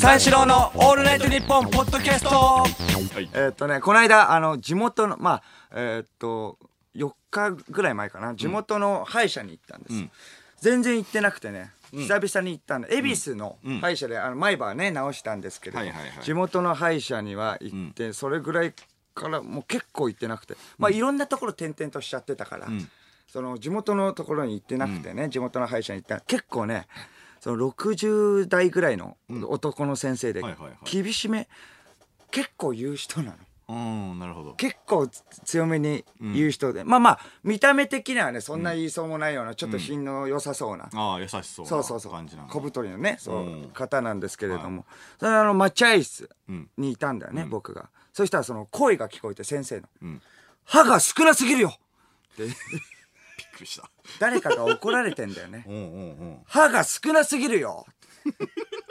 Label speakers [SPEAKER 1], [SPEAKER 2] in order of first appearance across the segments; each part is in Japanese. [SPEAKER 1] 三四郎の「オールナイトニッポン」ポッドキャスト
[SPEAKER 2] えーっとねこの間あの地元のまあえーっと4日ぐらい前かな地元の歯医者に行ったんです、全然行ってなくてね久々に行ったんで恵比寿の歯医者で、あの毎晩ね直したんですけど、
[SPEAKER 3] はいはいはい
[SPEAKER 2] 地元の歯医者には行って、それぐらいからもう結構行ってなくて、まあいろんなところ転々としちゃってたから、その地元のところに行ってなくてね、地元の歯医者に行ったら結構ねその60代ぐらいの男の先生で
[SPEAKER 3] はいはいはい
[SPEAKER 2] 厳しめ、結構言う人なの。
[SPEAKER 3] うんなるほど
[SPEAKER 2] 結構つ強めに言う人で、まあまあ見た目的にはねそんな言いそうもないような、ちょっと品の良さそうな、
[SPEAKER 3] ああ優しそう
[SPEAKER 2] そうそうそ
[SPEAKER 3] な
[SPEAKER 2] う
[SPEAKER 3] 感じなの
[SPEAKER 2] 小太りのねそう、
[SPEAKER 3] うん
[SPEAKER 2] 方なんですけれども、それあの待合室
[SPEAKER 3] うん
[SPEAKER 2] にいたんだよね、僕がそしたらその声が聞こえて先生の
[SPEAKER 3] うん
[SPEAKER 2] 「歯が少なすぎるよ!
[SPEAKER 3] びっくりした」
[SPEAKER 2] 誰かが怒られてんだよね
[SPEAKER 3] うんうんうん
[SPEAKER 2] 歯が少なすぎるよ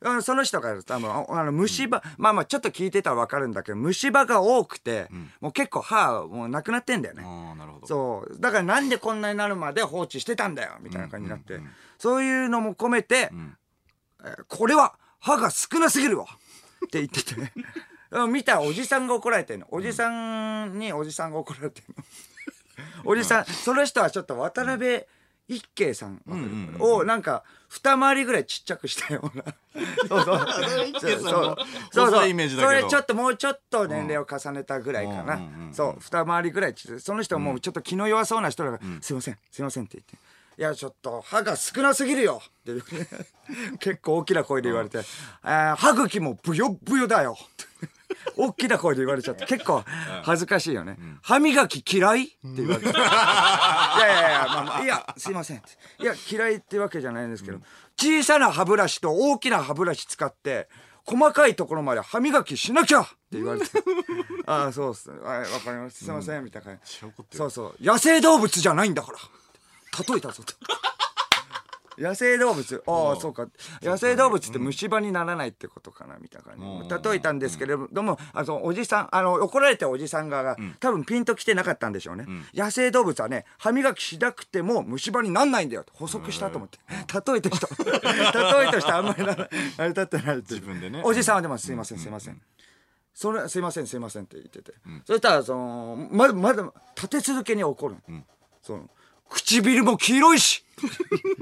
[SPEAKER 2] あのその人が多分あの虫歯、まあまあちょっと聞いてたら分かるんだけど虫歯が多くて、もう結構歯もうなくなってんだよね、
[SPEAKER 3] ああなるほど
[SPEAKER 2] そうだからなんでこんなになるまで放置してたんだよみたいな感じになって、そういうのも込めて、えーこれは歯が少なすぎるわって言って てうん見たらおじさんが怒られてんのおじさんにおじさんが怒られてんのおじさん、その人はちょっと渡辺一慶さんわかる
[SPEAKER 3] うんうんうん
[SPEAKER 2] をなんか二回りぐらいちっちゃくしたような そうそう
[SPEAKER 3] 一慶さんの
[SPEAKER 2] そうそう
[SPEAKER 3] 細いイメージだけど
[SPEAKER 2] それちょっともうちょっと年齢を重ねたぐらいかな、
[SPEAKER 3] うんうんうん
[SPEAKER 2] そう二回りぐらいちその人はもうちょっと気の弱そうな人だから「すいませんすいません」って言って「いやちょっと歯が少なすぎるよ」って言う 結構大きな声で言われて「あー歯茎もブヨブヨだよ」 って大きな声で言われちゃって結構恥ずかしいよね「歯磨き嫌い?」って言われて「いやいやいや、まあまあ、いやすいません」って「いや嫌いってわけじゃないんですけど小さな歯ブラシと大きな歯ブラシ使って細かいところまで歯磨きしなきゃ!」って言 われて「ああそうっすはいわかりますすいません」みたいな感じ
[SPEAKER 3] 怒ってる
[SPEAKER 2] そうそう野生動物じゃないんだから例えたぞと。 野生動物ああそうか野生動物って虫歯にならないってことかなみたいな感じ例えたんですけれどもあのおじさんあの怒られたおじさん側が多分ピンときてなかったんでしょうね野生動物はね歯磨きしなくても虫歯になんないんだよ補足したと思って例えとした 例えとしてあんまりなあれだってないっていう
[SPEAKER 3] 自分でね
[SPEAKER 2] おじさんはでもすいませんすいませんそれすいませんすいませんって言ってて、そしたらそのまだまだ立て続けに怒る、その唇も黄色いし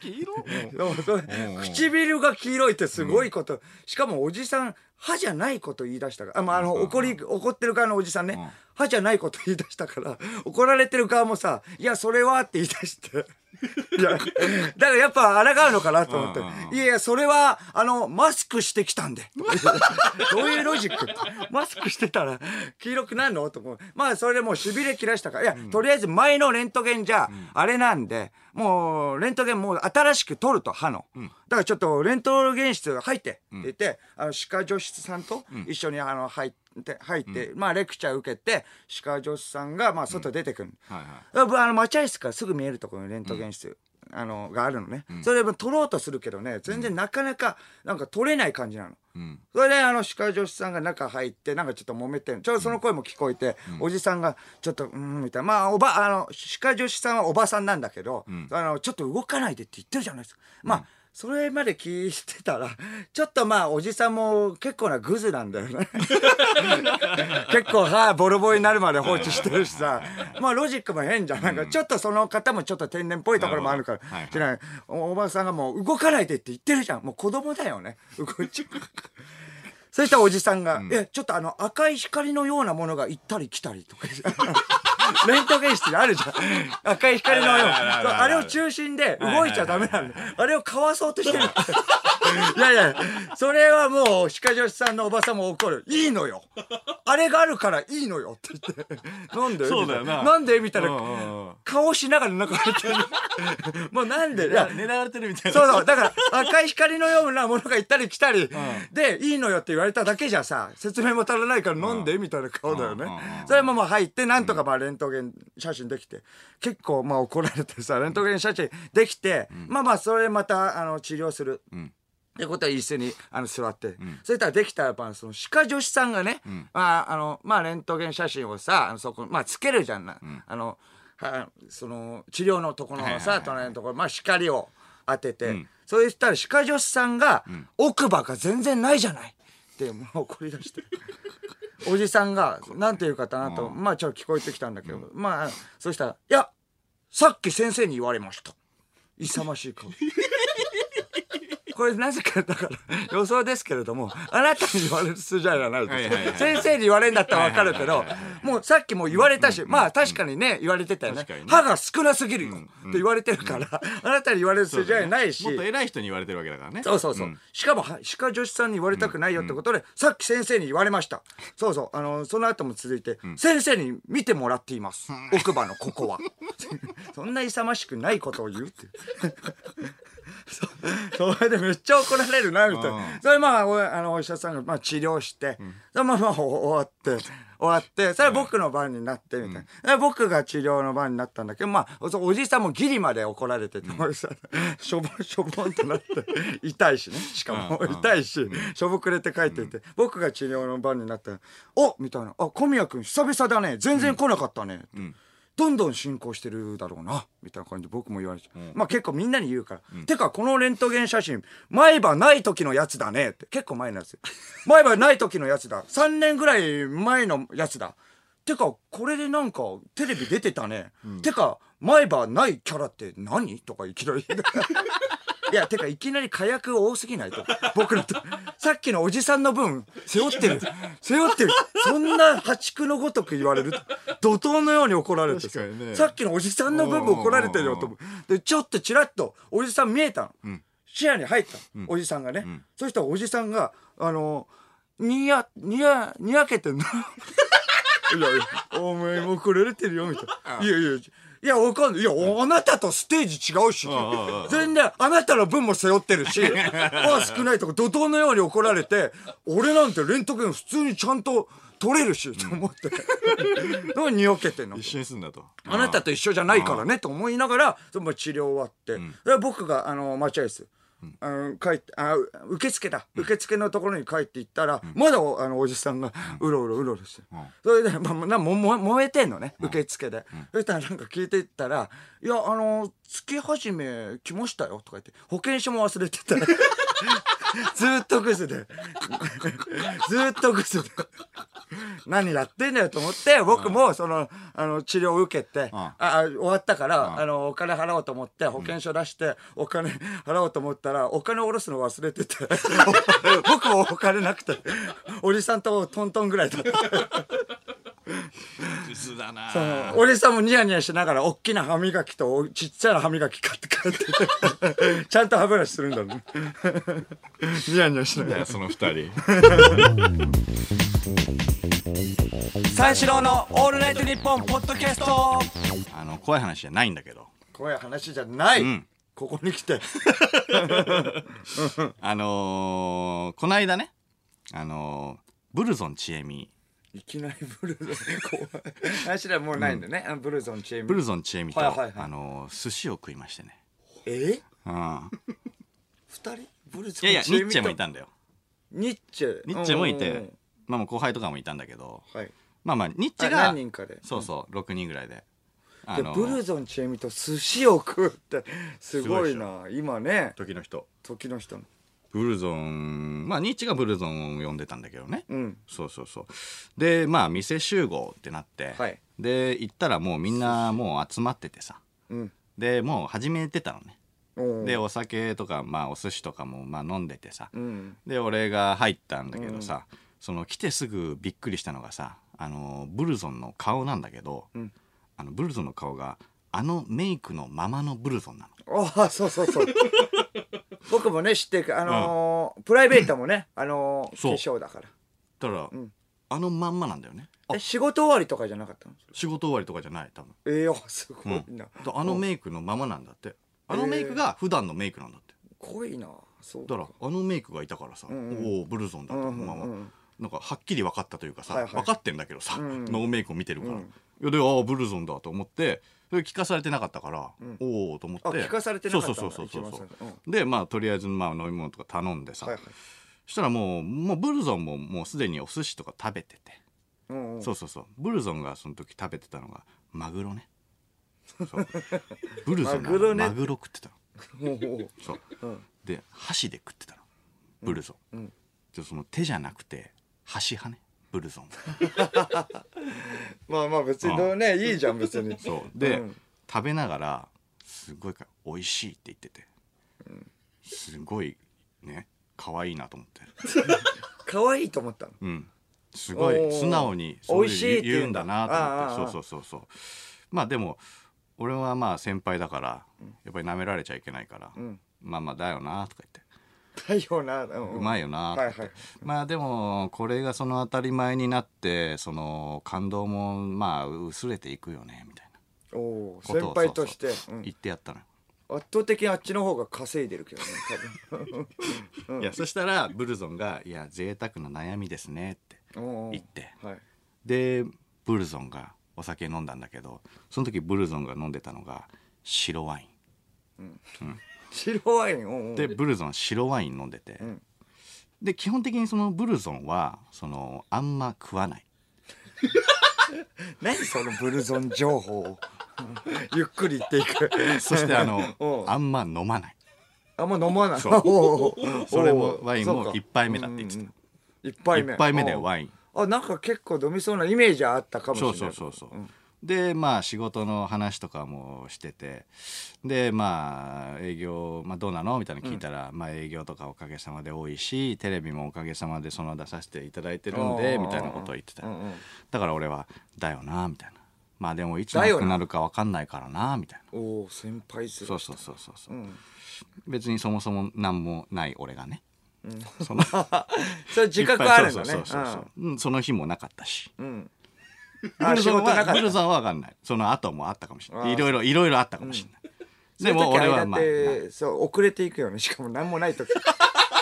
[SPEAKER 3] 黄色
[SPEAKER 2] そうそう唇が黄色いってすごいこと、しかもおじさん歯じゃないこと言い出したからあ、まあ、あの怒り怒ってる側のおじさんね、歯じゃないこと言い出したから怒られてる側もさ「いやそれは」って言い出して。いやだからやっぱ抗うのかなと思って
[SPEAKER 3] うんうんう
[SPEAKER 2] 「いやいやそれはあのマスクしてきたんで」 どういうロジックマスクしてたら黄色くなるのと思うまあそれでもうしびれ切らしたからいや、とりあえず前のレントゲンじゃあれなんで、もうレントゲンもう新しく取ると歯の、だからちょっとレントゲン室入ってって言って、あの歯科助手さんと一緒にあの入って入って、まあレクチャー受けて歯科助手さんがまあ外出てくる、
[SPEAKER 3] はいは
[SPEAKER 2] あの待合室からすぐ見えるところにレントゲン室、あのがあるのね、それで取ろうとするけどね全然なかなかなんか取れない感じなの。
[SPEAKER 3] いうん
[SPEAKER 2] それであの歯科助手さんが中入ってなんかちょっと揉めてるちょうどその声も聞こえて、おじさんがちょっと「うーん」みたいなまあおばあの歯科助手さんはおばさんなんだけど、あのちょっと動かないでって言ってるじゃないですか。まあ、それまで聞いてたらちょっとまあおじさんも結構なグズなんだよね 結構歯ボロボロになるまで放置してるしさまあロジックも変じゃんなんかちょっとその方もちょっと天然っぽいところもあるから
[SPEAKER 3] なるほどはいはい
[SPEAKER 2] じゃないおおばさんがもう動かないでって言ってるじゃんもう子供だよね動いちゃうそしたらおじさんが「えちょっとあの赤い光のようなものが行ったり来たり」とか 言ってレントゲン室であるじゃん赤い光のよう
[SPEAKER 3] ある
[SPEAKER 2] な
[SPEAKER 3] あるあるあ
[SPEAKER 2] そう
[SPEAKER 3] る
[SPEAKER 2] あれを中心で動いちゃダメなんだあれをかわそうとしてるいやいやそれはもう歯科助手さんのおばさんも怒る「いいのよあれがあるからいいのよ」って言って「なんで?」
[SPEAKER 3] そうだよな
[SPEAKER 2] みたいなんで?」みたい
[SPEAKER 3] うんう
[SPEAKER 2] なん
[SPEAKER 3] うん
[SPEAKER 2] 顔しながらなんか入ってるもうなんでいや
[SPEAKER 3] 狙われてるみたいな
[SPEAKER 2] そうそう。だから、赤い光のようなものが行ったり来たり、で、いいのよって言われただけじゃさ、説明も足らないから飲んで、みたいな顔だよね
[SPEAKER 3] うんうんう。ん
[SPEAKER 2] それももう入って、なんとかまあ、レントゲン写真できて、結構まあ怒られてさ、レントゲン写真できて、まあまあ、それまた、あの、治療する。ってことは椅子にあの座って、そしたらできたらやっぱその歯科助手さんがね、まああのまあ、レントゲン写真をさあのそこ、まあ、つけるじゃんな、あのはその治療のとこのさ、
[SPEAKER 3] はいはいはいはい
[SPEAKER 2] 隣のところ、まあ、光を当てて、それしたら歯科助手さんが、奥歯が全然ないじゃないってもう怒り出 しておじさんがなんて言うかなと、まあちょっと聞こえてきたんだけど、まあそしたら「いやさっき先生に言われました」勇ましい顔。 これなぜかだから予想ですけれどもあなたに言われる筋合いはない
[SPEAKER 3] はいはいはい
[SPEAKER 2] です先生に言われるんだったら分かるけどもうさっきも言われたしまあ確かにね言われてたよね
[SPEAKER 3] 確かにね
[SPEAKER 2] 歯が少なすぎるよって言われてるからあなたに言われる
[SPEAKER 3] そう
[SPEAKER 2] 筋
[SPEAKER 3] だ
[SPEAKER 2] 合
[SPEAKER 3] ね
[SPEAKER 2] いないし
[SPEAKER 3] もっと偉い人に言われてるわけだからね
[SPEAKER 2] そうそうそう、しかもは歯科助手さんに言われたくないよってことで、さっき先生に言われましたそうそうあのその後も続いて、先生に見てもらっています、奥歯のここ はそんな勇ましくないことを言うってそそれでめっちゃ怒られるなみたいな、
[SPEAKER 3] う
[SPEAKER 2] それまあおあのお医者さんが、まあ、治療して、それまあまあお終わって終わってそれは僕の番になってみたいな、で僕が治療の番になったんだけどまあそおじさんもギリまで怒られてて、おじさんしょぼんしょぼんとなって痛いしねしかも
[SPEAKER 3] うんうん
[SPEAKER 2] 痛いししょぼくれて帰っていて、僕が治療の番になったら「おみたいな「あ小宮君久々だね全然来なかったね」ってどんどん進行してるだろうなみたいな感じで僕も言われて、まあ結構みんなに言うから「てかこのレントゲン写真前歯ない時のやつだね」って結構前のやつ 前歯ない時のやつだ3年ぐらい前のやつだてかこれでなんかテレビ出てたね、てか前歯ないキャラって何とかいきなり言い出していやてかいきなり火薬多すぎないと僕らとさっきのおじさんの分背負ってる背負ってるそんな破竹のごとく言われる怒涛のように怒られて
[SPEAKER 3] 確かにね
[SPEAKER 2] さっきのおじさんの分も怒られてるよと思うでちょっとちらっとおじさん見えたの、視野に入ったの、おじさんがね、そしたらおじさんがあのにやにやにやけてんのいやいやお前も怒られてるよみたいな「いやいやいやわかんないいやあなたとステージ違うし」
[SPEAKER 3] んうんうん
[SPEAKER 2] 全然あなたの分も背負ってる しまあ少ないとか怒涛のように怒られて俺なんてレントゲン普通にちゃんと取れるしと思って何にやけてんの
[SPEAKER 3] 一緒にすんだと
[SPEAKER 2] あなたと一緒じゃないからねと思いながらその治療終わって、で僕があの待合室、あの帰ってあう受付だ受付のところに帰って行ったら、まだおあのおじさんがうろうろうろうろしてる、それで、まあ、なもも燃えてんのね受付で、そしたらなんか聞いていったら「いやあの月始め来ましたよ」とか言って保険証も忘れてた ずーっとグズで ずーっとグズで何やってんだよと思って僕もそのあの治療を受けて
[SPEAKER 3] ん
[SPEAKER 2] ああ終わったからあのお金払おうと思って保険証出してお金払おうと思ったらお金下ろすの忘れて て僕もお金なくておじさんとトントンぐらいだった
[SPEAKER 3] 薄だな
[SPEAKER 2] そう おじさんもニヤニヤしながら大きな歯磨きとおちっちゃな歯磨き買って帰っててちゃんと歯ブラシするんだねニヤニヤしながら
[SPEAKER 3] いやその二人
[SPEAKER 1] 三四郎のオールナイトニッポンポッドキャスト
[SPEAKER 3] あの怖い話じゃないんだけど
[SPEAKER 2] 怖い話じゃない、
[SPEAKER 3] ん
[SPEAKER 2] ここに来て
[SPEAKER 3] あのー、こないだねあのー、ブルゾンちえみ
[SPEAKER 2] いきなりブルゾン怖い話ではもうないんだね、あのブルゾンチーム
[SPEAKER 3] ブルゾンちえみと、
[SPEAKER 2] はいはいはい
[SPEAKER 3] あのー、寿司を食いましてね
[SPEAKER 2] え
[SPEAKER 3] うんい
[SPEAKER 2] 二人ブルゾン
[SPEAKER 3] やいやニ
[SPEAKER 2] チーム
[SPEAKER 3] ッチェもいたんだよ
[SPEAKER 2] ニッチェ
[SPEAKER 3] ニッチェもい
[SPEAKER 2] うんう
[SPEAKER 3] て
[SPEAKER 2] ん
[SPEAKER 3] まあもう後輩とかもいたんだけど
[SPEAKER 2] うんはい
[SPEAKER 3] まあまあニッチェ
[SPEAKER 2] あ
[SPEAKER 3] が
[SPEAKER 2] 何人かで
[SPEAKER 3] そうそう6人ぐらいであ
[SPEAKER 2] で
[SPEAKER 3] のー
[SPEAKER 2] ブルゾンチームと寿司を食うってすごいな今ね
[SPEAKER 3] 時の人
[SPEAKER 2] 時の人の
[SPEAKER 3] ブルゾンまあニッチがブルゾンを呼んでたんだけどね、
[SPEAKER 2] うん
[SPEAKER 3] そうそうそうでまあ店集合ってなって、
[SPEAKER 2] はい
[SPEAKER 3] で行ったらもうみんなもう集まっててさ
[SPEAKER 2] うん
[SPEAKER 3] でもう始めてたのね
[SPEAKER 2] おー
[SPEAKER 3] でお酒とかまあお寿司とかもまあ飲んでてさ、
[SPEAKER 2] うん
[SPEAKER 3] で俺が入ったんだけどさ、その来てすぐびっくりしたのがさあのブルゾンの顔なんだけど、
[SPEAKER 2] ん
[SPEAKER 3] あのブルゾンの顔があのメイクのままのブルゾンなの
[SPEAKER 2] ああそうそう そう僕もね知ってるあのープライベートもねあのー
[SPEAKER 3] そう
[SPEAKER 2] 化粧だから
[SPEAKER 3] だから、
[SPEAKER 2] ん
[SPEAKER 3] あのまんまなんだよねあ
[SPEAKER 2] え仕事終わりとかじゃなかったの
[SPEAKER 3] 仕事終わりとかじゃない多分
[SPEAKER 2] ええあすごいな、
[SPEAKER 3] とあのメイクのままなんだってあのメイクが普段のメイクなんだって
[SPEAKER 2] 濃いなそう
[SPEAKER 3] だからあのメイクがいたからさ、
[SPEAKER 2] ん
[SPEAKER 3] おおブルゾンだと、
[SPEAKER 2] うんうん
[SPEAKER 3] まあまあ
[SPEAKER 2] うんうん
[SPEAKER 3] なんかはっきり分かったというかさ、
[SPEAKER 2] はいはい
[SPEAKER 3] 分かってんだけどさ、
[SPEAKER 2] ん
[SPEAKER 3] ノーメイクを見てるから、
[SPEAKER 2] うん
[SPEAKER 3] いやでああブルゾンだと思ってそれ聞かされてなかったから、おおと思って
[SPEAKER 2] あ聞かされてなかったんだ
[SPEAKER 3] そうそうそうそう
[SPEAKER 2] 一
[SPEAKER 3] そう
[SPEAKER 2] 番最初
[SPEAKER 3] でまあとりあえずまあ飲み物とか頼んでさ、
[SPEAKER 2] はいはい
[SPEAKER 3] そしたらもうもうブルゾンももうすでにお寿司とか食べてて、
[SPEAKER 2] うんうん
[SPEAKER 3] そうそうそうブルゾンがその時食べてたのがマグロね そうブルゾンが
[SPEAKER 2] マグロね
[SPEAKER 3] マグロ食ってたの
[SPEAKER 2] もう
[SPEAKER 3] そう、で箸で食ってたのブルゾン、でその手じゃなくて箸派ねブルゾン
[SPEAKER 2] まあまあ別に
[SPEAKER 3] うん
[SPEAKER 2] ねいいじゃん別に
[SPEAKER 3] そうで、
[SPEAKER 2] うん
[SPEAKER 3] 食べながらすごいか美味しいって言ってて、すごいね可愛いなと思って、
[SPEAKER 2] 可愛いと思ったの
[SPEAKER 3] うん、すご
[SPEAKER 2] おー
[SPEAKER 3] い素直にそう
[SPEAKER 2] 美味しいっ
[SPEAKER 3] いう
[SPEAKER 2] て
[SPEAKER 3] 言
[SPEAKER 2] 言
[SPEAKER 3] う言
[SPEAKER 2] う
[SPEAKER 3] うんん
[SPEAKER 2] だ
[SPEAKER 3] だなと
[SPEAKER 2] あーあーあ
[SPEAKER 3] 思っ
[SPEAKER 2] ー
[SPEAKER 3] てそうそうそうそうまあでも俺はまあ先輩だからやっぱり舐められちゃいけないから、
[SPEAKER 2] ん
[SPEAKER 3] まあまあだよなとか言って。
[SPEAKER 2] だよなう
[SPEAKER 3] うま
[SPEAKER 2] い
[SPEAKER 3] いよな、
[SPEAKER 2] はいはい
[SPEAKER 3] まあでもこれがその当たり前になってその感動もまあ薄れていくよねみたいな
[SPEAKER 2] おお
[SPEAKER 3] こと
[SPEAKER 2] 先
[SPEAKER 3] を
[SPEAKER 2] 輩として
[SPEAKER 3] そうそう
[SPEAKER 2] うん
[SPEAKER 3] 言ってやったのよ、
[SPEAKER 2] 圧倒的にあっちの方が稼いでるけどね
[SPEAKER 3] いやそしたらブルゾンが「いや贅沢な悩みですね」って
[SPEAKER 2] 多 分おー
[SPEAKER 3] 言って
[SPEAKER 2] はい
[SPEAKER 3] でブルゾンがお酒飲んだんだけどその時ブルゾンが飲んでたのが白ワイン
[SPEAKER 2] 白ワインおーおー
[SPEAKER 3] でブルゾン白ワイン飲んでて、
[SPEAKER 2] ん
[SPEAKER 3] で基本的にそのブルゾンはそのあんま食わない
[SPEAKER 2] 何そのブルゾン情報 をゆっくり言っていく
[SPEAKER 3] そしてあ
[SPEAKER 2] お
[SPEAKER 3] の
[SPEAKER 2] う
[SPEAKER 3] あんま飲まない
[SPEAKER 2] あんま飲まない
[SPEAKER 3] そう
[SPEAKER 2] おうおう
[SPEAKER 3] それ
[SPEAKER 2] おう
[SPEAKER 3] も
[SPEAKER 2] おう
[SPEAKER 3] ワイン
[SPEAKER 2] そう
[SPEAKER 3] も
[SPEAKER 2] か
[SPEAKER 3] 一杯目だって言ってた
[SPEAKER 2] 一杯目
[SPEAKER 3] 一杯目だよ
[SPEAKER 2] おう
[SPEAKER 3] ワイン
[SPEAKER 2] あなんか結構飲みそうなイメージはあったかもしれ
[SPEAKER 3] そ
[SPEAKER 2] な
[SPEAKER 3] う
[SPEAKER 2] い
[SPEAKER 3] そうそうそう、でまあ仕事の話とかもしててでまあ営業、まあ、どうなのみたいなの聞いたら、まあ営業とかおかげさまで多いしテレビもおかげさまでその出させていただいてるんで
[SPEAKER 2] あー
[SPEAKER 3] みたいなことを言ってた、
[SPEAKER 2] うんうん
[SPEAKER 3] だから俺は「だよな」みたいな「まあでもいつ
[SPEAKER 2] だよ
[SPEAKER 3] 亡
[SPEAKER 2] な
[SPEAKER 3] くなるか分かんないからな」みたいな
[SPEAKER 2] おお先輩する
[SPEAKER 3] そうそうそうそうそう、
[SPEAKER 2] ん
[SPEAKER 3] 別にそもそも何もない俺がね、その
[SPEAKER 2] それ自覚あるんだね
[SPEAKER 3] そうそうそうそううんその日もなかったし
[SPEAKER 2] うんうん
[SPEAKER 3] ブ
[SPEAKER 2] あ
[SPEAKER 3] ル
[SPEAKER 2] 仕
[SPEAKER 3] ゾン
[SPEAKER 2] 事な
[SPEAKER 3] は
[SPEAKER 2] か
[SPEAKER 3] ブ
[SPEAKER 2] っ
[SPEAKER 3] ルゾンは分かんないその後もあったかもしれ
[SPEAKER 2] あ
[SPEAKER 3] な
[SPEAKER 2] ー
[SPEAKER 3] いいろいろいろいろあったかもしれない、
[SPEAKER 2] た
[SPEAKER 3] でも俺はまあ
[SPEAKER 2] そういう時間だってそう遅れていくよねしかも何もない時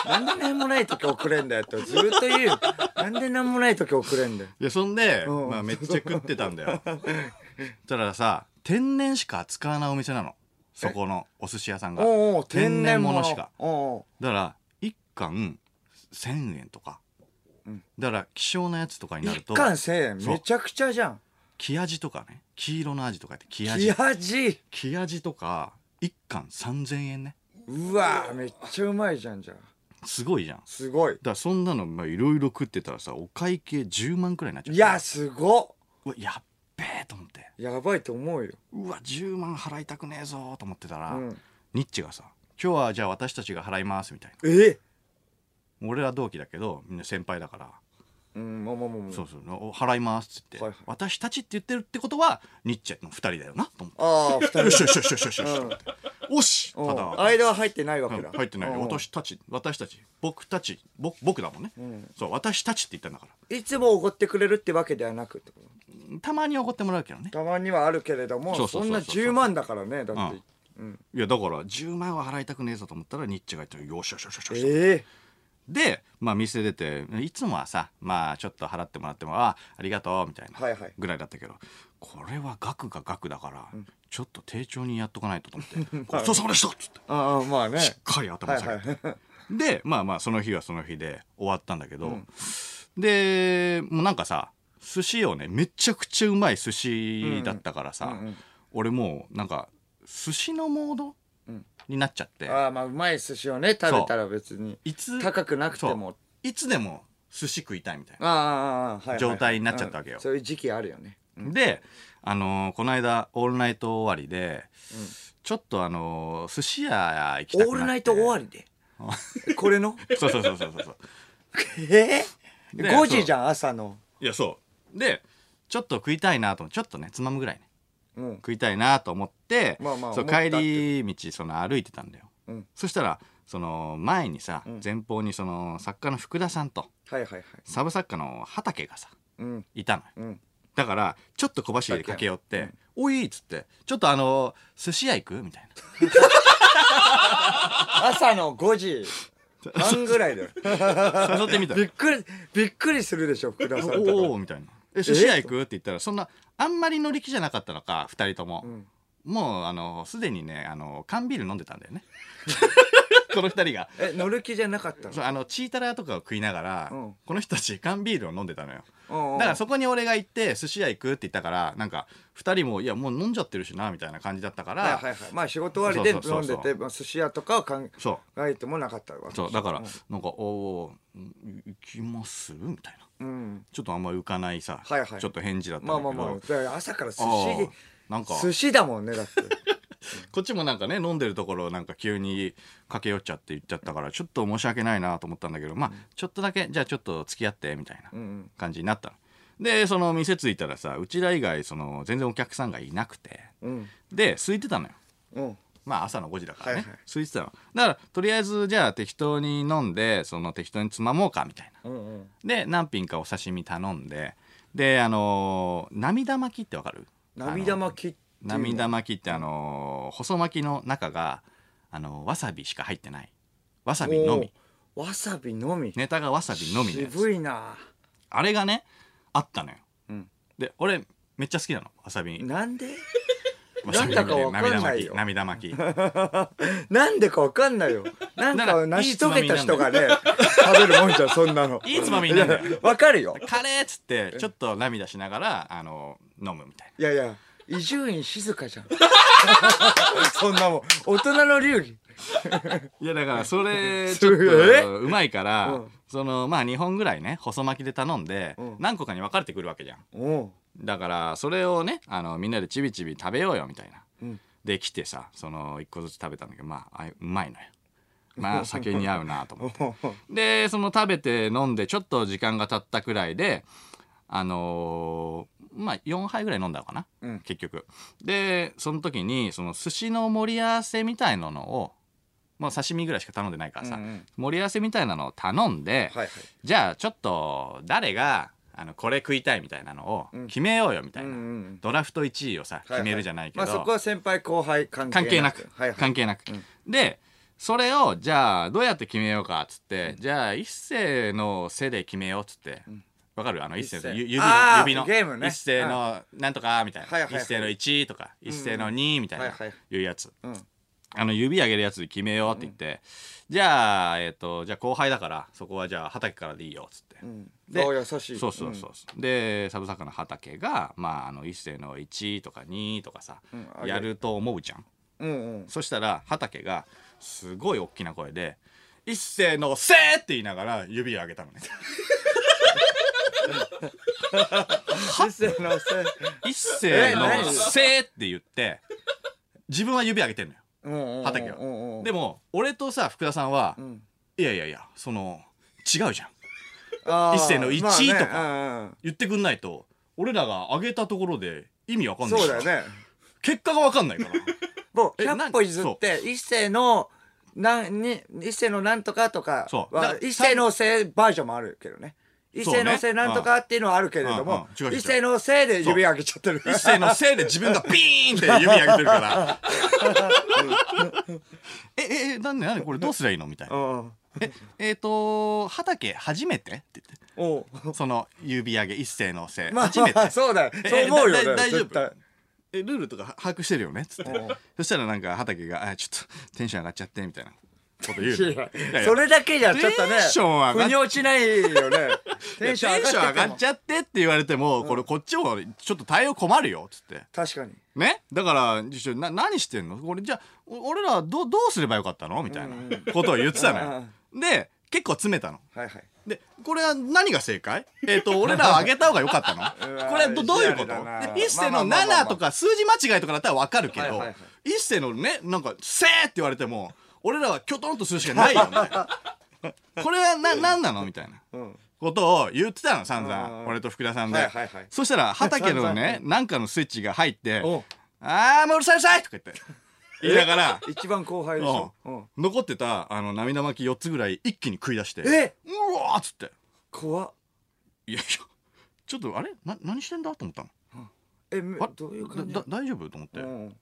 [SPEAKER 2] なんで何もない時遅れんだよってずっと言うよなんで何もない時遅れんだよ
[SPEAKER 3] いやそんで、
[SPEAKER 2] うん
[SPEAKER 3] まあ、めっちゃ食ってたん だよそしたらさ天然しか扱わないお店なのそこのお寿司屋さんが
[SPEAKER 2] おうおう天
[SPEAKER 3] 天
[SPEAKER 2] 然
[SPEAKER 3] 然
[SPEAKER 2] 物
[SPEAKER 3] 物しか
[SPEAKER 2] おうおう
[SPEAKER 3] だから1貫1,000円とか、
[SPEAKER 2] うん
[SPEAKER 3] だから希少なやつとかになる
[SPEAKER 2] 一
[SPEAKER 3] と
[SPEAKER 2] 貫1000円
[SPEAKER 3] そう
[SPEAKER 2] めちゃくちゃじゃん
[SPEAKER 3] 黄味とかね黄色の味とかって黄味
[SPEAKER 2] 冷やじ
[SPEAKER 3] 黄味とか1貫3,000円ね
[SPEAKER 2] うわめっちゃうまいじゃんじゃあ
[SPEAKER 3] すごいじゃんだか
[SPEAKER 2] すごい
[SPEAKER 3] らそんなのまあいろいろ食ってたらさお会計10万くらいになっちゃう
[SPEAKER 2] い
[SPEAKER 3] い
[SPEAKER 2] やすご
[SPEAKER 3] うわやっべえと思って
[SPEAKER 2] っやばいと思うよ
[SPEAKER 3] うわ10万払いたくねえぞーと思ってたら、
[SPEAKER 2] うん
[SPEAKER 3] ニッチがさ「今日はじゃあ私たちが払います」みたい
[SPEAKER 2] え
[SPEAKER 3] な俺ら同期だけどみんな先輩だから
[SPEAKER 2] うんまあまあまあま
[SPEAKER 3] 「
[SPEAKER 2] あ
[SPEAKER 3] そうそうお払います」って言って、
[SPEAKER 2] はいはい
[SPEAKER 3] 私たち」って言ってるってことはニッチの2人だよなと思っ
[SPEAKER 2] ああ二
[SPEAKER 3] て「よ
[SPEAKER 2] 人
[SPEAKER 3] しよしよしよしよ しよし」
[SPEAKER 2] うん
[SPEAKER 3] おした
[SPEAKER 2] お
[SPEAKER 3] だ
[SPEAKER 2] う間は入ってないわ
[SPEAKER 3] う
[SPEAKER 2] け
[SPEAKER 3] ん
[SPEAKER 2] だ
[SPEAKER 3] 入ってない
[SPEAKER 2] うん
[SPEAKER 3] 私たち私たち僕たち僕僕だもんね、
[SPEAKER 2] ん
[SPEAKER 3] そう私たちって言ったんだから
[SPEAKER 2] いつもおごってくれるってわけではなくってこと
[SPEAKER 3] たまに怒ってもらうけどね
[SPEAKER 2] たまにはあるけれども
[SPEAKER 3] そう
[SPEAKER 2] そ
[SPEAKER 3] そうそ
[SPEAKER 2] ん
[SPEAKER 3] うそ
[SPEAKER 2] な
[SPEAKER 3] う
[SPEAKER 2] 10万だからねだって
[SPEAKER 3] いやだから10万は払いたくねえぞと思ったらニッチが言ったらよしよしよしよしよし
[SPEAKER 2] え
[SPEAKER 3] で、まあ、店出ていつもはさ、まあ、ちょっと払ってもらってもあありがとうみたいな
[SPEAKER 2] はいはい
[SPEAKER 3] ぐらいだったけど、これは額が額だから、ちょっと丁重にやっとかないとと 思って「ごちそうさまでした!」っつって
[SPEAKER 2] えああまあね
[SPEAKER 3] しっかり頭
[SPEAKER 2] はい
[SPEAKER 3] 下げて、
[SPEAKER 2] はい
[SPEAKER 3] でまあまあその日はその日で終わったんだけど、でもうなんかさ寿司をねめちゃくちゃうまい寿司だったからさ、
[SPEAKER 2] うんうん
[SPEAKER 3] 俺もうなんか寿司のモード、
[SPEAKER 2] ん
[SPEAKER 3] になっちゃって
[SPEAKER 2] ああまあうまい寿司をね食べたら別に
[SPEAKER 3] いつ
[SPEAKER 2] 高くなくて
[SPEAKER 3] そ
[SPEAKER 2] も
[SPEAKER 3] ういつでも寿司食いたいみたいな。
[SPEAKER 2] ああああああはいはいはい
[SPEAKER 3] 状態になっちゃったわけよ
[SPEAKER 2] うんそういう時期あるよね
[SPEAKER 3] で、あのーこの間「オールナイト終わりで」ちょっとあのー寿司屋行き
[SPEAKER 2] オ
[SPEAKER 3] たくなって
[SPEAKER 2] ールナイト終わりでこれ の
[SPEAKER 3] そうそうそうそうそうそう
[SPEAKER 2] ええ
[SPEAKER 3] で
[SPEAKER 2] 5時じゃん朝の
[SPEAKER 3] いやそうでちょっと食いたいなと思ってちょっとねつまむぐらいね
[SPEAKER 2] うん
[SPEAKER 3] 食いたいなと思って、
[SPEAKER 2] まあまあ
[SPEAKER 3] そう
[SPEAKER 2] 思ったって
[SPEAKER 3] 帰り道その歩いてたんだよ、
[SPEAKER 2] うん
[SPEAKER 3] そしたらその前にさ、
[SPEAKER 2] ん
[SPEAKER 3] 前方にその作家の福田さんと
[SPEAKER 2] はいはいはい
[SPEAKER 3] サブ作家の畑がさ
[SPEAKER 2] うん
[SPEAKER 3] いたのよ
[SPEAKER 2] うん
[SPEAKER 3] だからちょっと小走りで駆け寄って「おい!」っつって「ちょっとあのー寿司屋行く?」みたいな
[SPEAKER 2] 朝の5時半ぐらいだよ
[SPEAKER 3] 誘ってみたの
[SPEAKER 2] びっくりびっくりするでしょ福田さんとか
[SPEAKER 3] おおーみたいな「え寿司屋行く?」って言ったらそんなあんまり乗り気じゃなかったのか2人とも、
[SPEAKER 2] ん
[SPEAKER 3] もうあのすでにねあの缶ビール飲んでたんだよね この二人が
[SPEAKER 2] え乗る気じゃなかったの
[SPEAKER 3] そうあのチータラとかを食いながら、
[SPEAKER 2] うん
[SPEAKER 3] この人たち缶ビールを飲んでたのよ、
[SPEAKER 2] うんうん
[SPEAKER 3] だからそこに俺が行って寿司屋行くって言ったからなんか2人もいやもう飲んじゃってるしなみたいな感じだったから、
[SPEAKER 2] はいはいはいまあ仕事終わりで
[SPEAKER 3] そうそうそ
[SPEAKER 2] 飲
[SPEAKER 3] うんそう
[SPEAKER 2] でてまあ寿司屋とかは考
[SPEAKER 3] そ
[SPEAKER 2] えてもなかったわ
[SPEAKER 3] うそうだからなんか「おーうん行きます?」みたいな
[SPEAKER 2] うん
[SPEAKER 3] ちょっとあんまり浮かないさ、
[SPEAKER 2] はいはい
[SPEAKER 3] ちょっと返事だったん
[SPEAKER 2] ま
[SPEAKER 3] だ
[SPEAKER 2] あ
[SPEAKER 3] けど、
[SPEAKER 2] まあまあだから朝から寿
[SPEAKER 3] あー
[SPEAKER 2] 司
[SPEAKER 3] なんか
[SPEAKER 2] 寿司だもんねだって
[SPEAKER 3] こっちもなんかね飲んでるところをなんか急に駆け寄っちゃって言っちゃったからちょっと申し訳ないなと思ったんだけどまあちょっとだけじゃあちょっと付き合ってみたいな
[SPEAKER 2] うん
[SPEAKER 3] 感じになったの。でその店着いたらさうちら以外その全然お客さんがいなくて
[SPEAKER 2] うん
[SPEAKER 3] で空いてたのよ。
[SPEAKER 2] うん
[SPEAKER 3] まあ朝の5時だからね、
[SPEAKER 2] はいはい
[SPEAKER 3] 空いてたのだからとりあえずじゃあ適当に飲んでその適当につまもうかみたいな
[SPEAKER 2] うんうん
[SPEAKER 3] で何品かお刺身頼んでであのー涙巻きってわかる
[SPEAKER 2] 涙巻きっていうの
[SPEAKER 3] 涙巻きってあのー細巻きの中があのーわさびしか入ってないわさびのみ
[SPEAKER 2] おーわさびのみ
[SPEAKER 3] ネタがわさびのみのやつ
[SPEAKER 2] 渋いな
[SPEAKER 3] あれがねあったのよ、
[SPEAKER 2] うん
[SPEAKER 3] で俺めっちゃ好きなのわさび
[SPEAKER 2] なんで
[SPEAKER 3] わさびの
[SPEAKER 2] なんだかわかんな
[SPEAKER 3] 涙
[SPEAKER 2] い
[SPEAKER 3] 巻
[SPEAKER 2] よ
[SPEAKER 3] き涙巻き
[SPEAKER 2] なんでかわかんないよなん
[SPEAKER 3] だか
[SPEAKER 2] から成し遂げた人がね食べるもんじゃんそんなの
[SPEAKER 3] いいつまみになるんだよ
[SPEAKER 2] わかるよ
[SPEAKER 3] カレーっつってちょっと涙しながらあのー飲むみたい
[SPEAKER 2] いやいや伊集院静香 じゃんそんなもん大人の流儀
[SPEAKER 3] ないやだからそれち
[SPEAKER 2] す
[SPEAKER 3] ょ
[SPEAKER 2] ご
[SPEAKER 3] っ
[SPEAKER 2] い
[SPEAKER 3] とうまいから、
[SPEAKER 2] うん
[SPEAKER 3] そのまあ2本ぐらいね細巻きで頼んで、
[SPEAKER 2] うん
[SPEAKER 3] 何個かに分かれてくるわけじゃん
[SPEAKER 2] おう
[SPEAKER 3] だからそれをねあのみんなでちびちび食べようよみたいな、
[SPEAKER 2] うん
[SPEAKER 3] で来てさその一個ずつ食べたんだけどまああうま いのよまあ酒に合うなと思ってでその食べて飲んでちょっと時間が経ったくらいであのーまあ4杯ぐらい飲んだのかな、
[SPEAKER 2] うん
[SPEAKER 3] 結局でその時にその寿司の盛り合わせみたいなのをもう刺身ぐらいしか頼んでないからさ、
[SPEAKER 2] うんうん
[SPEAKER 3] 盛り合わせみたいなのを頼んで、
[SPEAKER 2] はいはい
[SPEAKER 3] じゃあちょっと誰があのこれ食いたいみたいなのを決めようよみたいな、
[SPEAKER 2] うんうんうん
[SPEAKER 3] ドラフト1位をさ決めるじゃないけど、
[SPEAKER 2] まあ、そこは先輩後輩関
[SPEAKER 3] 関係
[SPEAKER 2] 係
[SPEAKER 3] な
[SPEAKER 2] な
[SPEAKER 3] く
[SPEAKER 2] くはいはい
[SPEAKER 3] 関係なく、でそれをじゃあどうやって決めようかっつって、じゃあ一世の背で決めようっつって。わかるあの一世の
[SPEAKER 2] 一世
[SPEAKER 3] ゆ指
[SPEAKER 2] あ
[SPEAKER 3] の
[SPEAKER 2] ー
[SPEAKER 3] 指の
[SPEAKER 2] ゲームね
[SPEAKER 3] 一世のなんとかみたいな、
[SPEAKER 2] はいはいはい
[SPEAKER 3] 一世の1とか一世の2みたいな、
[SPEAKER 2] はいはい
[SPEAKER 3] いうやつ
[SPEAKER 2] うん
[SPEAKER 3] あの指上げるやつで決めようって言って、じゃあえっ、とじゃあ後輩だからそこはじゃあ畑からでいいよっつって、
[SPEAKER 2] うん
[SPEAKER 3] で
[SPEAKER 2] お優しい
[SPEAKER 3] そうそうそうそうでサブサカの畑が、まあ、あの一世の1とか2とかさ、
[SPEAKER 2] んあれ
[SPEAKER 3] やると思うじゃん
[SPEAKER 2] うんうん
[SPEAKER 3] そしたら畑がすごい大きな声で「一世のせ!」って言いながら指を上 げたのね
[SPEAKER 2] 先生のせい
[SPEAKER 3] 一世
[SPEAKER 2] え
[SPEAKER 3] の
[SPEAKER 2] 何
[SPEAKER 3] せって言って自分は指上げてんのよ
[SPEAKER 2] うんうんうん
[SPEAKER 3] 畑
[SPEAKER 2] うんうんう
[SPEAKER 3] は
[SPEAKER 2] ん
[SPEAKER 3] でも俺とさ福田さんは
[SPEAKER 2] ん
[SPEAKER 3] 「いやいやいやその違うじゃん
[SPEAKER 2] あー
[SPEAKER 3] 一世の一とか
[SPEAKER 2] まあね」
[SPEAKER 3] 言ってくんないと俺らが上げたところで意味わ
[SPEAKER 2] う
[SPEAKER 3] か
[SPEAKER 2] ん
[SPEAKER 3] ん
[SPEAKER 2] うん
[SPEAKER 3] ない
[SPEAKER 2] そう
[SPEAKER 3] じ
[SPEAKER 2] だ
[SPEAKER 3] ゃん
[SPEAKER 2] よね
[SPEAKER 3] 結果がわかんないから
[SPEAKER 2] もう
[SPEAKER 3] えなん
[SPEAKER 2] 100歩譲って一世のなんに一世のなんとかとか
[SPEAKER 3] そうだ
[SPEAKER 2] は一世のせいバージョンもあるけどね一
[SPEAKER 3] そうね
[SPEAKER 2] 世のせいなんとかっていうのはあるけれども
[SPEAKER 3] うんうん違う違う違う
[SPEAKER 2] 一世のせいで指上げちゃってる
[SPEAKER 3] 一世のせいで自分がピーンって指上げてるから えええなんでなんでこれどうすりゃいいのみたい うなんええーと畑初めてって言っ
[SPEAKER 2] おう
[SPEAKER 3] てその指上げ一世のせい
[SPEAKER 2] まあ
[SPEAKER 3] 初めて、
[SPEAKER 2] まあ そうだよ
[SPEAKER 3] え
[SPEAKER 2] そう思うよ
[SPEAKER 3] だだ大丈夫
[SPEAKER 2] 絶対
[SPEAKER 3] えルールとか把握してるよねっつって
[SPEAKER 2] うん
[SPEAKER 3] そしたらなんか畑が「あちょっとテンション上がっちゃって」みたいなこと言うの
[SPEAKER 2] いや
[SPEAKER 3] いやいや
[SPEAKER 2] それだけじゃちょっとね
[SPEAKER 3] テンション上がっ
[SPEAKER 2] 腑に落ちない よね
[SPEAKER 3] テ
[SPEAKER 2] テ
[SPEAKER 3] ン
[SPEAKER 2] ン
[SPEAKER 3] シ
[SPEAKER 2] シ
[SPEAKER 3] ョ
[SPEAKER 2] ョ
[SPEAKER 3] ン
[SPEAKER 2] ン
[SPEAKER 3] 上
[SPEAKER 2] 上
[SPEAKER 3] が
[SPEAKER 2] がってて
[SPEAKER 3] っ
[SPEAKER 2] も
[SPEAKER 3] ちゃってって言われても、これこっちもちょっと対応困るよっつって
[SPEAKER 2] 確かに
[SPEAKER 3] ねだからちょな何してんのこれじゃあお俺らどうどうすればよかったのみたいなことを言ってたのよ。で結構詰めたの。
[SPEAKER 2] はいはい
[SPEAKER 3] でこれは何が正解えっ、と俺らあげた方が良かった
[SPEAKER 2] う
[SPEAKER 3] の
[SPEAKER 2] わ
[SPEAKER 3] これどどういうこと
[SPEAKER 2] リアルだな
[SPEAKER 3] で一世
[SPEAKER 2] ま
[SPEAKER 3] の
[SPEAKER 2] あまあまあまあ
[SPEAKER 3] 7とか数字間違いとかだったら分かるけ
[SPEAKER 2] はい
[SPEAKER 3] ど
[SPEAKER 2] はいはい
[SPEAKER 3] 一世のねなんか「せー」って言われても俺らはきょとんとするしかない よみたいなこれはな何なのみたいな
[SPEAKER 2] うん
[SPEAKER 3] ことを言ってたの散
[SPEAKER 2] うんう
[SPEAKER 3] 々
[SPEAKER 2] ん
[SPEAKER 3] 俺と福田さんで、
[SPEAKER 2] はいはいはい
[SPEAKER 3] そしたら畑のね
[SPEAKER 2] 散
[SPEAKER 3] なんかのスイッチが入って
[SPEAKER 2] おう
[SPEAKER 3] 「あーもううるさいうるさい!」とか言って言いながら
[SPEAKER 2] 一番後輩でしょ
[SPEAKER 3] うん
[SPEAKER 2] うん
[SPEAKER 3] 残ってたあの涙巻き4つぐらい一気に食い出して
[SPEAKER 2] え
[SPEAKER 3] うわーっつって
[SPEAKER 2] 怖っ
[SPEAKER 3] いやいやちょっとあれな何してんだと思ったの
[SPEAKER 2] えむ
[SPEAKER 3] あ
[SPEAKER 2] どういう感じ
[SPEAKER 3] だだ大丈夫と思って、
[SPEAKER 2] うん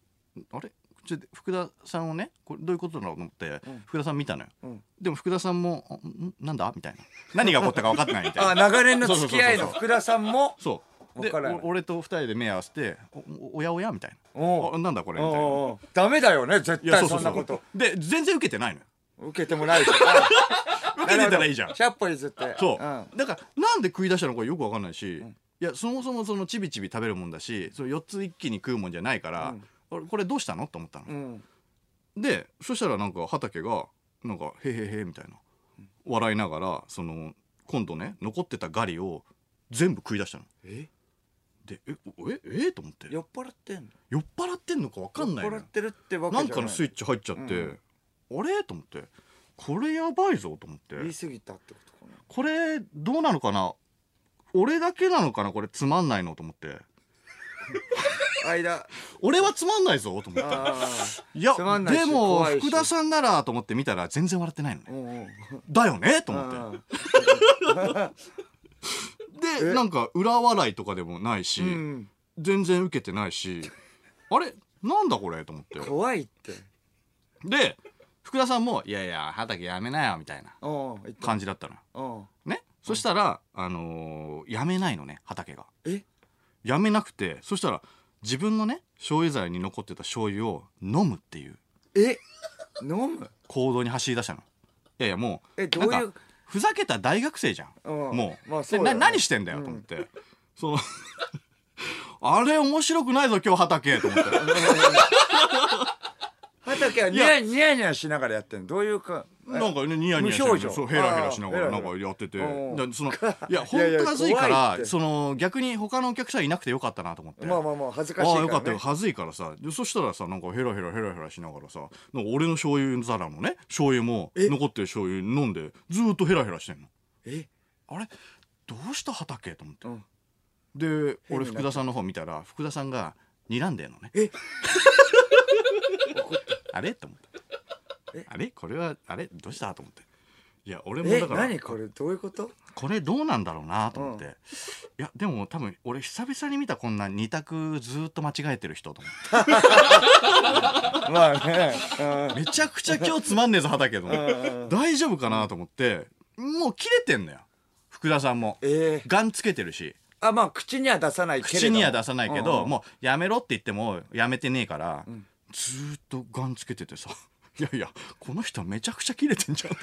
[SPEAKER 3] あれちょっと福田さんをねこれどういうことだろうと思って、福田さん見たのよ、
[SPEAKER 2] ん
[SPEAKER 3] でも福田さんもあんなんだみたいな何が起こったか分かってないみたいな
[SPEAKER 2] あ長年の付き合いの福田さんも
[SPEAKER 3] そうで
[SPEAKER 2] わからない
[SPEAKER 3] お俺と二人で目合わせて「おおおや おや?」みたいな「
[SPEAKER 2] おう
[SPEAKER 3] あなんだこれ」みたい
[SPEAKER 2] お
[SPEAKER 3] な
[SPEAKER 2] うおうダメだよね絶
[SPEAKER 3] いや
[SPEAKER 2] 対
[SPEAKER 3] そ
[SPEAKER 2] そ
[SPEAKER 3] うそうんそ
[SPEAKER 2] なこと
[SPEAKER 3] うで全然受けてないのよ
[SPEAKER 2] 受けてもら うし
[SPEAKER 3] 受けてたらいいじゃん
[SPEAKER 2] 100歩譲って
[SPEAKER 3] そう、
[SPEAKER 2] ん
[SPEAKER 3] だからなんで食い出したのかよくわかんないし、いやそもそもそのちびちび食べるもんだしそれ4つ一気に食うもんじゃないから、あれこれどうしたのと思ったの
[SPEAKER 2] う、ん
[SPEAKER 3] でそしたらなんか畑がなんか「へへへ」みたいな笑いながらその今度ね残ってたガリを全部食い出したの
[SPEAKER 2] え
[SPEAKER 3] でえおええと思って
[SPEAKER 2] 酔っ払ってんの
[SPEAKER 3] 酔っ払ってんのかわかんない
[SPEAKER 2] 酔
[SPEAKER 3] の
[SPEAKER 2] っ払
[SPEAKER 3] よ
[SPEAKER 2] ってるってわけじ
[SPEAKER 3] な
[SPEAKER 2] ゃ
[SPEAKER 3] ん
[SPEAKER 2] ない
[SPEAKER 3] かのスイッチ入っちゃって、あれと思ってこれやばいぞと思って
[SPEAKER 2] 言い過ぎたってことかな
[SPEAKER 3] これどうなのかな俺だけなのかなこれつまんないのと思って
[SPEAKER 2] 間
[SPEAKER 3] 俺はつまんないぞと思って
[SPEAKER 2] あ
[SPEAKER 3] いや
[SPEAKER 2] つまんないし
[SPEAKER 3] でも
[SPEAKER 2] 怖いし
[SPEAKER 3] 福田さんならと思って見たら全然笑ってないの
[SPEAKER 2] あ
[SPEAKER 3] ね
[SPEAKER 2] うんうん
[SPEAKER 3] だよ ねと思って
[SPEAKER 2] あ
[SPEAKER 3] でなんか裏笑いとかでもないし、
[SPEAKER 2] ーうん
[SPEAKER 3] 全然受けてないしあれなんだこれと思って
[SPEAKER 2] 怖いって
[SPEAKER 3] で福田さんも「いやいや畑やめなよ」みたいな
[SPEAKER 2] うん言った
[SPEAKER 3] 感じだったのよ
[SPEAKER 2] うん
[SPEAKER 3] ねそしたら、あのーやめないのね畑が
[SPEAKER 2] え
[SPEAKER 3] やめなくてそしたら自分のね醤油剤に残ってた醤油を飲むっていう
[SPEAKER 2] え飲む
[SPEAKER 3] 行動に走り出したのいやいやもう
[SPEAKER 2] えどういう
[SPEAKER 3] なんかふざけた大学生じゃん、
[SPEAKER 2] うん
[SPEAKER 3] もう,で、
[SPEAKER 2] まあそうだよね
[SPEAKER 3] な何してんだよと思って、その あれ面白くないぞ今日畑と思 って
[SPEAKER 2] 畑はニヤニヤニヤしながらやってんのどういうか
[SPEAKER 3] なんかねニヤニヤして
[SPEAKER 2] 無表情
[SPEAKER 3] そうヘラヘラしなが
[SPEAKER 2] あ
[SPEAKER 3] ら
[SPEAKER 2] あ
[SPEAKER 3] なんかやってて
[SPEAKER 2] ヘラヘラ
[SPEAKER 3] だそのいや
[SPEAKER 2] い
[SPEAKER 3] 本
[SPEAKER 2] やいや
[SPEAKER 3] 当恥ずい
[SPEAKER 2] 怖
[SPEAKER 3] か
[SPEAKER 2] いって
[SPEAKER 3] らその逆に他のお客さんいなくてよかったなと思って。
[SPEAKER 2] まあまあまあ恥ずかしい
[SPEAKER 3] あ
[SPEAKER 2] か
[SPEAKER 3] あ
[SPEAKER 2] ら
[SPEAKER 3] よかったよ
[SPEAKER 2] ね
[SPEAKER 3] 恥ずいからさでそしたらさなんかヘラヘラヘラヘラしながらさなんか俺の醤油皿のね醤油も
[SPEAKER 2] え
[SPEAKER 3] 残ってる醤油飲んでずーっとヘラヘラしてんの
[SPEAKER 2] え
[SPEAKER 3] あれどうした畑と思って、
[SPEAKER 2] うん
[SPEAKER 3] で
[SPEAKER 2] 変に
[SPEAKER 3] 俺
[SPEAKER 2] なっ
[SPEAKER 3] 福田さんの方見たら福田さんが睨んでんのね
[SPEAKER 2] え
[SPEAKER 3] あれと思って
[SPEAKER 2] え
[SPEAKER 3] あれこれはあれどうしたと思っていや俺も
[SPEAKER 2] え
[SPEAKER 3] だから
[SPEAKER 2] 何これどういうこと
[SPEAKER 3] これどうなんだろうなと思って、
[SPEAKER 2] うん
[SPEAKER 3] いやでも多分俺久々に見たこんな二択ずーっと間違えてる人と思って
[SPEAKER 2] まあね
[SPEAKER 3] めちゃくちゃ今日つまんねえぞ畑と思って
[SPEAKER 2] うん
[SPEAKER 3] 大丈夫かなと思ってもう切れてんのよ福田さんも
[SPEAKER 2] ええ
[SPEAKER 3] ガンつけてるし
[SPEAKER 2] あまあ口には出さないけれど
[SPEAKER 3] 口
[SPEAKER 2] も
[SPEAKER 3] には出さないけ
[SPEAKER 2] うん
[SPEAKER 3] ど、
[SPEAKER 2] うん
[SPEAKER 3] もうやめろって言ってもやめてねえから、ずーっとガンつけててさ 「いやいやこの人めちゃくちゃキレてんじゃ ん」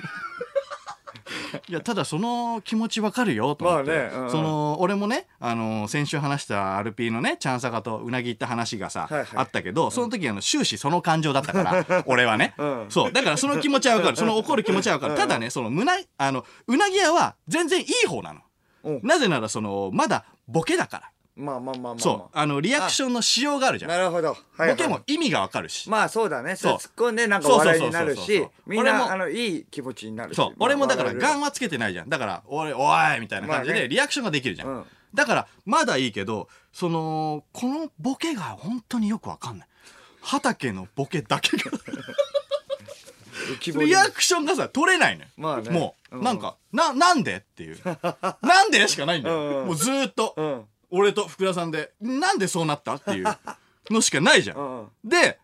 [SPEAKER 3] いやただその気持ちわかるよと思って、
[SPEAKER 2] まあねうんうん
[SPEAKER 3] その俺もね、あの先週話した RP のねチャンサカとうなぎ行った話がさ、
[SPEAKER 2] はいはい
[SPEAKER 3] あったけどその時あの終始その感情だったから 俺はね、
[SPEAKER 2] うん
[SPEAKER 3] そうだからその気持ちはわかるその怒る気持ちはわかるただねその胸あのうなぎ屋は全然いい方なの、
[SPEAKER 2] うん
[SPEAKER 3] なぜならそのまだボケだから
[SPEAKER 2] まあまあまあまあまあ
[SPEAKER 3] そうあのリアクションのしようがあるじゃん
[SPEAKER 2] なるほどはいはい
[SPEAKER 3] ボケも意味がわかるし、
[SPEAKER 2] まあそうだねそれ
[SPEAKER 3] そ
[SPEAKER 2] 突っ
[SPEAKER 3] う
[SPEAKER 2] 込んでなんか
[SPEAKER 3] そうそう
[SPEAKER 2] 笑い
[SPEAKER 3] そう
[SPEAKER 2] になる
[SPEAKER 3] そうそう
[SPEAKER 2] し
[SPEAKER 3] そう
[SPEAKER 2] みん
[SPEAKER 3] 俺も
[SPEAKER 2] なあのいい気持ちになるし
[SPEAKER 3] そう
[SPEAKER 2] まあ
[SPEAKER 3] 俺もだからガン
[SPEAKER 2] 笑
[SPEAKER 3] はつけてないじゃんだから「おいおい」みたいな感じ
[SPEAKER 2] まあ
[SPEAKER 3] で
[SPEAKER 2] ね
[SPEAKER 3] リアクションができるじゃん、
[SPEAKER 2] うん
[SPEAKER 3] だからまだいいけどそのこのボケが本当によくわかんない畑のボケだけが
[SPEAKER 2] える浮き彫り
[SPEAKER 3] リアクションがさ取れないのよ、
[SPEAKER 2] まあね
[SPEAKER 3] もう、
[SPEAKER 2] うん
[SPEAKER 3] なんかななんでって いうなんでしかないんだよ、
[SPEAKER 2] うんうん
[SPEAKER 3] もうずーっと、
[SPEAKER 2] うん
[SPEAKER 3] 俺と福田さんでなんでそうなったっていうのしかないじゃん、
[SPEAKER 2] うん
[SPEAKER 3] で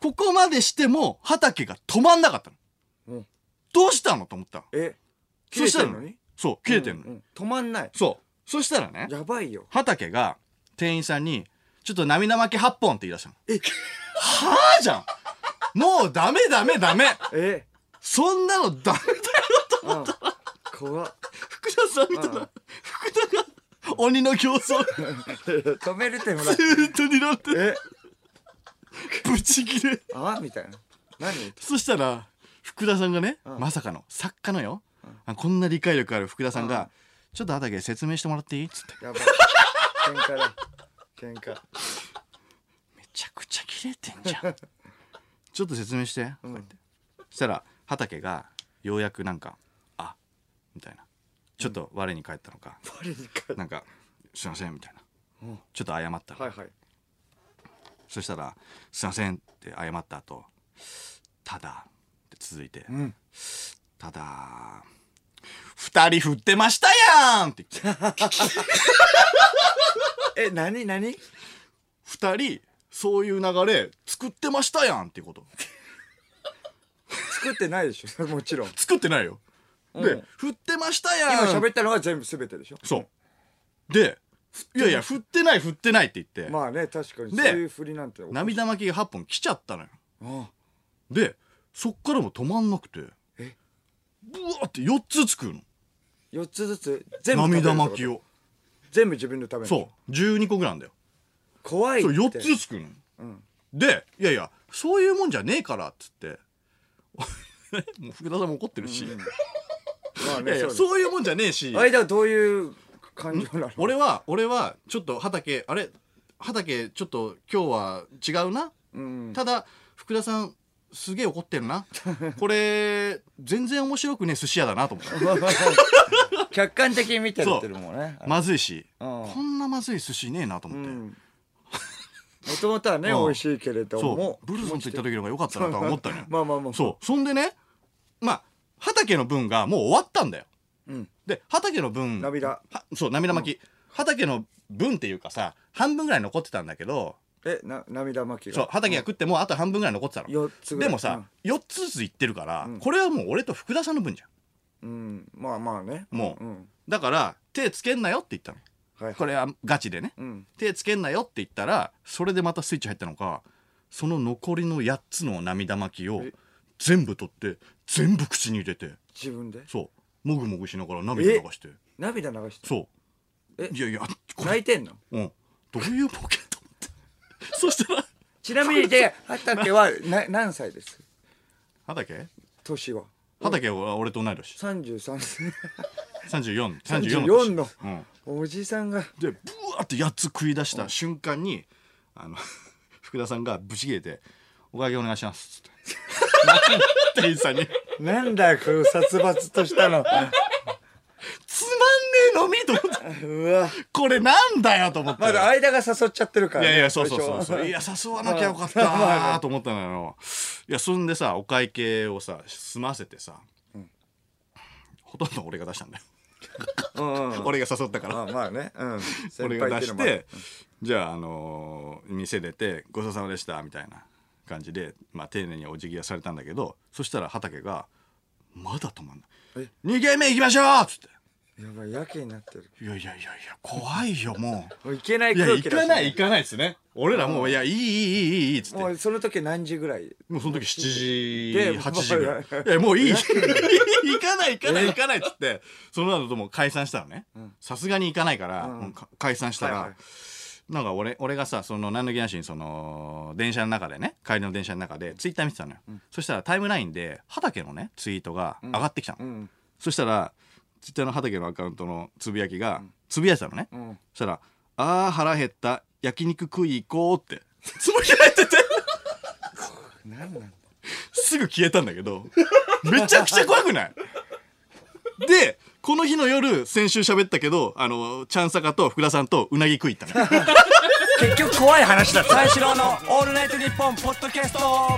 [SPEAKER 3] ここまでしても畑が止まんなかったの、
[SPEAKER 2] うん
[SPEAKER 3] どうしたのと思ったの
[SPEAKER 2] え
[SPEAKER 3] そしたら
[SPEAKER 2] 切れてんのに
[SPEAKER 3] そう切れてんの、
[SPEAKER 2] うんうん止まんない
[SPEAKER 3] そうそしたらね
[SPEAKER 2] やばいよ
[SPEAKER 3] 畑が店員さんに「ちょっと涙巻き8本」って言い出したの
[SPEAKER 2] え
[SPEAKER 3] はあじゃんもうダメダメダメ
[SPEAKER 2] え
[SPEAKER 3] そんなのダメだよと
[SPEAKER 2] うん怖っ
[SPEAKER 3] 福田さんみたいな福田が鬼の形相
[SPEAKER 2] 止めれてもらっ
[SPEAKER 3] ずーっと睨んで
[SPEAKER 2] え
[SPEAKER 3] ブチギレ
[SPEAKER 2] あみたいな何
[SPEAKER 3] そしたら福田さんがね、
[SPEAKER 2] うん
[SPEAKER 3] まさかの作家のよ、あこんな理解力ある福田さんが、
[SPEAKER 2] うん
[SPEAKER 3] ちょっと畑説明してもらっていい?」っつって
[SPEAKER 2] やばい喧嘩だ喧嘩
[SPEAKER 3] 「めちゃくちゃ切れてん じゃんちょっと説明して」とか言ってそしたら畑がようやくなんか「あみたいな「ちょっと我に返ったのか、
[SPEAKER 2] バレにか
[SPEAKER 3] なんかすいません」みたいな、
[SPEAKER 2] うん
[SPEAKER 3] ちょっと謝ったの、
[SPEAKER 2] はいはい
[SPEAKER 3] そしたら「すいません」って謝った後ただ」って続いて「
[SPEAKER 2] ん
[SPEAKER 3] ただ」二人振ってましたやんって言って
[SPEAKER 2] え何何
[SPEAKER 3] 二人そういう流れ作ってましたやんっていうこと
[SPEAKER 2] 作ってないでしょ もちろん
[SPEAKER 3] 作ってないよで、
[SPEAKER 2] うん
[SPEAKER 3] 振ってました
[SPEAKER 2] 今
[SPEAKER 3] やん
[SPEAKER 2] 喋ったのは全部全てでしょ
[SPEAKER 3] そうでいやいや振ってない振ってないって言って、
[SPEAKER 2] まあね確かにそ
[SPEAKER 3] で
[SPEAKER 2] ういう振りなんて
[SPEAKER 3] 涙巻きが8本来ちゃったのよ
[SPEAKER 2] あ
[SPEAKER 3] でそっからも止まんなくてブワーって4つ作るの
[SPEAKER 2] 4つずつ全部食べるって
[SPEAKER 3] 涙
[SPEAKER 2] こと
[SPEAKER 3] 巻きを
[SPEAKER 2] 全部自分で食べる
[SPEAKER 3] そう12個ぐらいあんだよ
[SPEAKER 2] 怖いっ
[SPEAKER 3] そ
[SPEAKER 2] て
[SPEAKER 3] れ4つ作るの、でいやいやそういうもんじゃねえからっつって もう福田さんも怒ってるし、
[SPEAKER 2] まあ
[SPEAKER 3] いや
[SPEAKER 2] ねそう
[SPEAKER 3] いや
[SPEAKER 2] ね
[SPEAKER 3] そういうもんじゃねえし
[SPEAKER 2] 間はどういう感情なの
[SPEAKER 3] 俺は俺はちょっと畑あれ畑ちょっと今日は違うな、
[SPEAKER 2] ん
[SPEAKER 3] ただ福田さんすげえ怒って るなこれ全然面白くねえ寿司屋だなと思った
[SPEAKER 2] 客観的に見てるっていうのもね
[SPEAKER 3] まずいし、
[SPEAKER 2] うん
[SPEAKER 3] こんなまずい寿司ねえなと思
[SPEAKER 2] う
[SPEAKER 3] って、
[SPEAKER 2] んもともとはね
[SPEAKER 3] うん
[SPEAKER 2] 美味しいけれど
[SPEAKER 3] そ
[SPEAKER 2] も
[SPEAKER 3] うブルーソンと行った時の方が良かったなとは思ったのよ
[SPEAKER 2] まあまあまあ
[SPEAKER 3] そうそんでねまあ畑の分がもう終わったんだよ
[SPEAKER 2] うん
[SPEAKER 3] で畑の分
[SPEAKER 2] 涙
[SPEAKER 3] はそう涙巻き、畑の分っていうかさ半分ぐらい残ってたんだけど
[SPEAKER 2] えな涙巻き
[SPEAKER 3] そう
[SPEAKER 2] が
[SPEAKER 3] 畑が食ってもうあと半分ぐらい残ってたの、
[SPEAKER 2] 四つぐら
[SPEAKER 3] で
[SPEAKER 2] い
[SPEAKER 3] もさ、四4つずついってるから、これはもう俺と福田さんの分じゃん
[SPEAKER 2] うんまあまあね
[SPEAKER 3] もう、
[SPEAKER 2] うん
[SPEAKER 3] だから手つけんなよって言ったの
[SPEAKER 2] はい
[SPEAKER 3] これはガチでね、
[SPEAKER 2] うん
[SPEAKER 3] 手つけんなよって言ったらそれでまたスイッチ入ったのかその残りの8つの涙巻きを全部取って全部口に入れて
[SPEAKER 2] 自分で
[SPEAKER 3] そうもぐもぐしながら涙流して
[SPEAKER 2] 涙流して
[SPEAKER 3] そう
[SPEAKER 2] え
[SPEAKER 3] いやいやこれ
[SPEAKER 2] 泣いてんの
[SPEAKER 3] うんどういうボケと思って そしたら
[SPEAKER 2] ちなみにで畑はな何歳です
[SPEAKER 3] 畑
[SPEAKER 2] 年 は
[SPEAKER 3] 畑は俺と同い年
[SPEAKER 2] 33歳
[SPEAKER 3] 3434
[SPEAKER 2] 34の
[SPEAKER 3] うん
[SPEAKER 2] おじさんが
[SPEAKER 3] でブワーって8つ食い出した瞬間に、あの 福田さんがブチ切れて「お会計お願いします」っつって店員さんに「
[SPEAKER 2] なんだよこの殺伐としたの
[SPEAKER 3] つまんねえのみ」と思って
[SPEAKER 2] うわ
[SPEAKER 3] これなんだよと思って、
[SPEAKER 2] まだ間が誘っちゃってるから
[SPEAKER 3] い
[SPEAKER 2] ね
[SPEAKER 3] やいやそうそうそう
[SPEAKER 2] 最
[SPEAKER 3] そう
[SPEAKER 2] 初
[SPEAKER 3] いや誘わなきゃよかったなと思ったのよいやそんでさお会計をさ済ませてさ、ほとんど俺が出したんだよ、
[SPEAKER 2] うんうん
[SPEAKER 3] 俺が誘ったから
[SPEAKER 2] まあまあねうん先
[SPEAKER 3] 俺が
[SPEAKER 2] 輩って
[SPEAKER 3] 出
[SPEAKER 2] いうの
[SPEAKER 3] し
[SPEAKER 2] もある
[SPEAKER 3] て、じゃあ、あのー店出て「ごちそうさまでした」みたいな感じで、まあ、丁寧にお辞儀はされたんだけどそしたら畑が「まだ止まんない
[SPEAKER 2] え
[SPEAKER 3] 2軒目行きましょう!」っつっ
[SPEAKER 2] やばいやけになってる
[SPEAKER 3] て「いやいやいやいや怖いよもう」
[SPEAKER 2] もういけない
[SPEAKER 3] いや
[SPEAKER 2] 空
[SPEAKER 3] 行
[SPEAKER 2] 気だ
[SPEAKER 3] か
[SPEAKER 2] し
[SPEAKER 3] ない
[SPEAKER 2] ね
[SPEAKER 3] 行かないですね俺らもう「いやいいいいいいいい」っつって
[SPEAKER 2] もうその時何時ぐらい
[SPEAKER 3] もうそ の時7
[SPEAKER 2] で
[SPEAKER 3] 時8時ぐらい
[SPEAKER 2] もう
[SPEAKER 3] いやもういい 行かない行かない行かないっつってその後ともう解散したのねさすがに行かないから、もうか解散したら、
[SPEAKER 2] はいはい
[SPEAKER 3] なんか俺俺がさその何の気なしにその電車の中でね帰りの電車の中でツイッター見てたのよ、そしたらタイムラインで畑のねツイートが上がってきたの、
[SPEAKER 2] ん
[SPEAKER 3] そしたらツイッターの畑のアカウントのつぶやきがつぶやいてたのね、
[SPEAKER 2] ん
[SPEAKER 3] そしたら「あー腹減った焼肉食い行こう」ってつぶやいてて
[SPEAKER 2] 何なんだ
[SPEAKER 3] すぐ消えたんだけど、めちゃくちゃ怖くないで、この日の夜、先週喋ったけど、あの、ちゃんさかと福田さんとうなぎ食い行ったね。
[SPEAKER 2] 結局怖い話だった
[SPEAKER 1] 三四郎のオールナイトニッポンポッドキャスト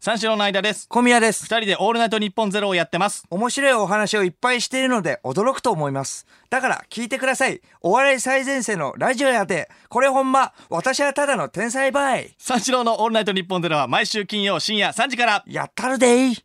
[SPEAKER 3] 三四郎の間です。
[SPEAKER 2] 小宮です
[SPEAKER 3] 二人でオールナイト日本ゼロをやってます。
[SPEAKER 2] 面白いお話をいっぱいしているので驚くと思います。だから聞いてください。お笑い最前線のラジオやで、これほんま、私はただの天才ばい。
[SPEAKER 3] 三四郎のオールナイト日本ゼロは毎週金曜深夜3時から。
[SPEAKER 2] やったるでい。